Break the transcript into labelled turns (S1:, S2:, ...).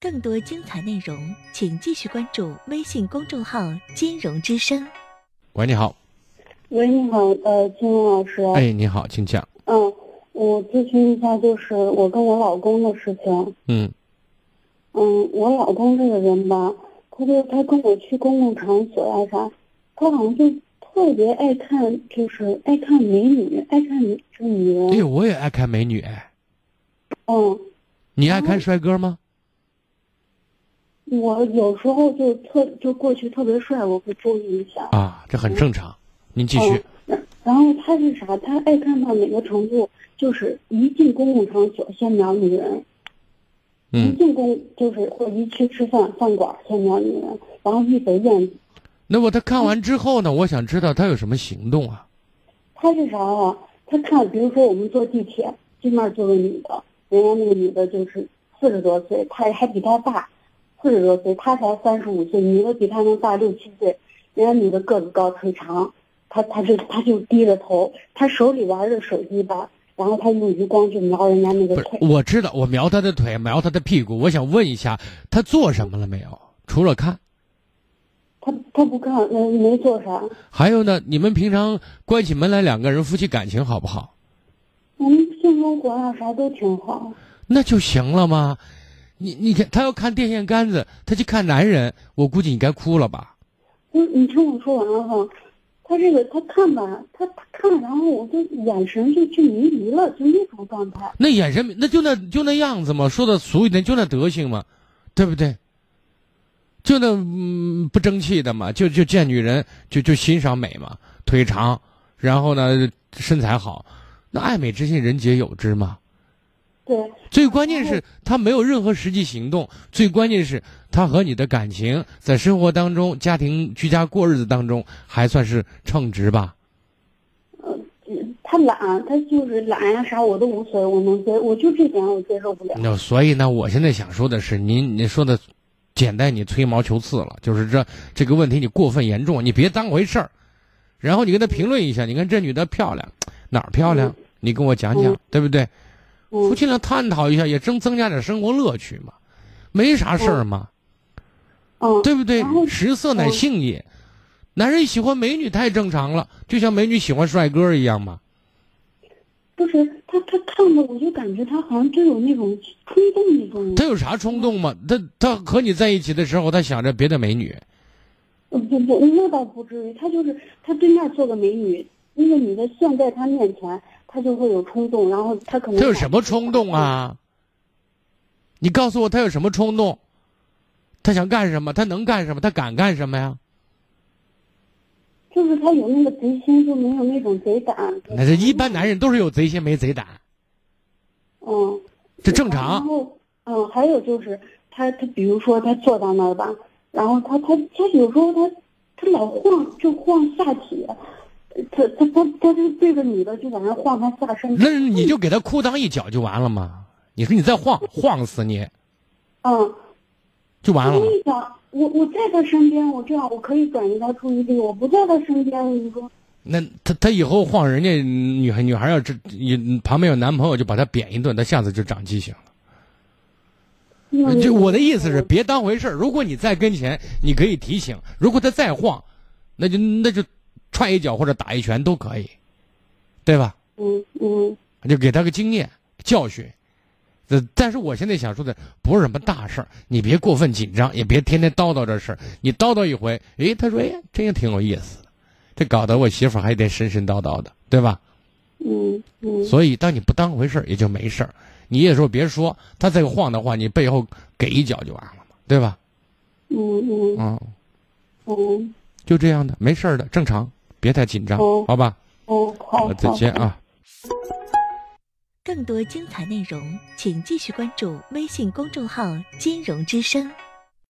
S1: 更多精彩内容，请继续关注微信公众号“金融之声
S2: 喂，你好，
S3: 喂，你好，呃，金龙老师，
S2: 哎，你好，请讲。
S3: 嗯，我咨询一下，就是我跟我老公的事情。
S2: 嗯
S3: 嗯，我老公这个人吧，他就他跟我去公共场所呀啥，他好像就特别爱看，就是爱看美女，爱看女这女人。
S2: 哎呦，我也爱看美女，哎，
S3: 嗯，
S2: 你爱看帅哥吗？
S3: 我有时候就特就过去特别帅，我会注意一下。
S2: 啊，这很正常。您继续。
S3: 然后他是啥？他爱看到哪个程度？就是一进公共场所先瞄女人，一
S2: 嗯，
S3: 进公就是或一去吃饭饭馆儿先瞄女人，然后一走眼，
S2: 那么他看完之后呢？我想知道他有什么行动啊？
S3: 他是啥啊？他看，比如说我们坐地铁，对面坐个女的，人家那个女的就是四十多岁，他还比他大，四十多岁，他才三十五岁，女的比他能大六七岁，人家女的个子高腿长，他他就他就低着头，他手里玩着手机吧，然后他用余光去瞄人家那
S2: 不
S3: 个
S2: 是
S3: 腿，，
S2: 我知道，我瞄他的腿，瞄他的屁股。我想问一下，他做什么了没有？除了看，
S3: 他他不看，嗯，没做啥，
S2: 还有呢？你们平常关起门来，两个人夫妻感情好不好？
S3: 我们性生活啊啥都挺好。
S2: 那就行了吗？你你看，他要看电线杆子，他去看男人，我估计你该哭了吧？
S3: 不是，嗯你听我说完了哈。他这个他看吧，他他看，然后我就眼神就去迷离了，就那种状态。
S2: 那眼神，那就那就那样子嘛，说的俗一点，就那德行嘛，对不对？就那、嗯、不争气的嘛，就就见女人就就欣赏美嘛，腿长，然后呢身材好，那爱美之心人皆有之嘛。
S3: 对，
S2: 最关键
S3: 然
S2: 是他没有任何实际行动，最关键是他和你的感情在生活当中、家庭居家过日子当中还算是称职吧。
S3: 嗯他懒，他就是懒呀啥我都无所谓，我能接，我就这点我接受不了。
S2: 那所以呢，我现在想说的是，您您说的简单，你吹毛求疵了，就是这这个问题你过分严重，你别当回事儿。然后你跟他评论一下，你看这女的漂亮，哪儿漂亮？你跟我讲讲，
S3: 嗯
S2: 对不对？夫
S3: 嗯
S2: 妻俩探讨一下，也增增加点生活乐趣嘛，没啥事儿嘛，
S3: 嗯，
S2: 对不对
S3: 然？后
S2: 食色乃性也，男人喜欢美女太正常了，就像美女喜欢帅哥一样嘛。
S3: 不是他他看着我就感觉他好像真有那种冲动那种。
S2: 他有啥冲动嘛？他他和你在一起的时候，他想着别的美女，
S3: 呃不不，那倒不至于，他就是他对面坐个美女，那个女的现在他面前，他就会有冲动，然后他可能
S2: 他有什么冲动？啊？你告诉我，他有什么冲动？他想干什么？他能干什么？他敢干什么呀？
S3: 就是他有那个贼心，就没有那种贼胆。
S2: 那这一般男人都是有贼心没贼胆，
S3: 嗯，
S2: 这正
S3: 然
S2: 常。
S3: 后，嗯，还有就是他他比如说他坐到那儿吧，然后他他他有时候他他老晃就晃下体，他他他他就对着女的就在那晃他下身。
S2: 那你就给他裤裆一脚就完了嘛？你说你再晃晃死你
S3: 嗯，
S2: 就完了
S3: 我
S2: 嘛
S3: 跟你讲，我我在他身边，我这样我可以转移他注意力；我不在他身边，你说
S2: 那他他以后晃人家女孩女孩要这你旁边有男朋友就把他扁一顿，他下次就长记性了。
S3: 那嗯
S2: 就我的意思是，别当回事儿。如果你在跟前，你可以提醒；如果他再晃，那就那就踹一脚或者打一拳都可以，对吧？
S3: 嗯嗯
S2: 就给他个经验教训。呃，但是我现在想说的不是什么大事儿，你别过分紧张，也别天天叨叨这事儿。你叨叨一回，诶，他说，诶，哎这也挺有意思的，这搞得我媳妇儿还得神神叨叨的，对吧？
S3: 嗯嗯
S2: 所以，当你不当回事儿，也就没事儿。你也说别说，他再晃的话，你背后给一脚就完了嘛，对吧？
S3: 嗯嗯
S2: 嗯。
S3: 嗯
S2: 就这样的，没事儿的，正常，别太紧张，
S3: 哦
S2: 好吧？
S3: 嗯，好，
S2: 好，再见啊。”。
S1: 更多精彩内容，请继续关注微信公众号“金融之声”。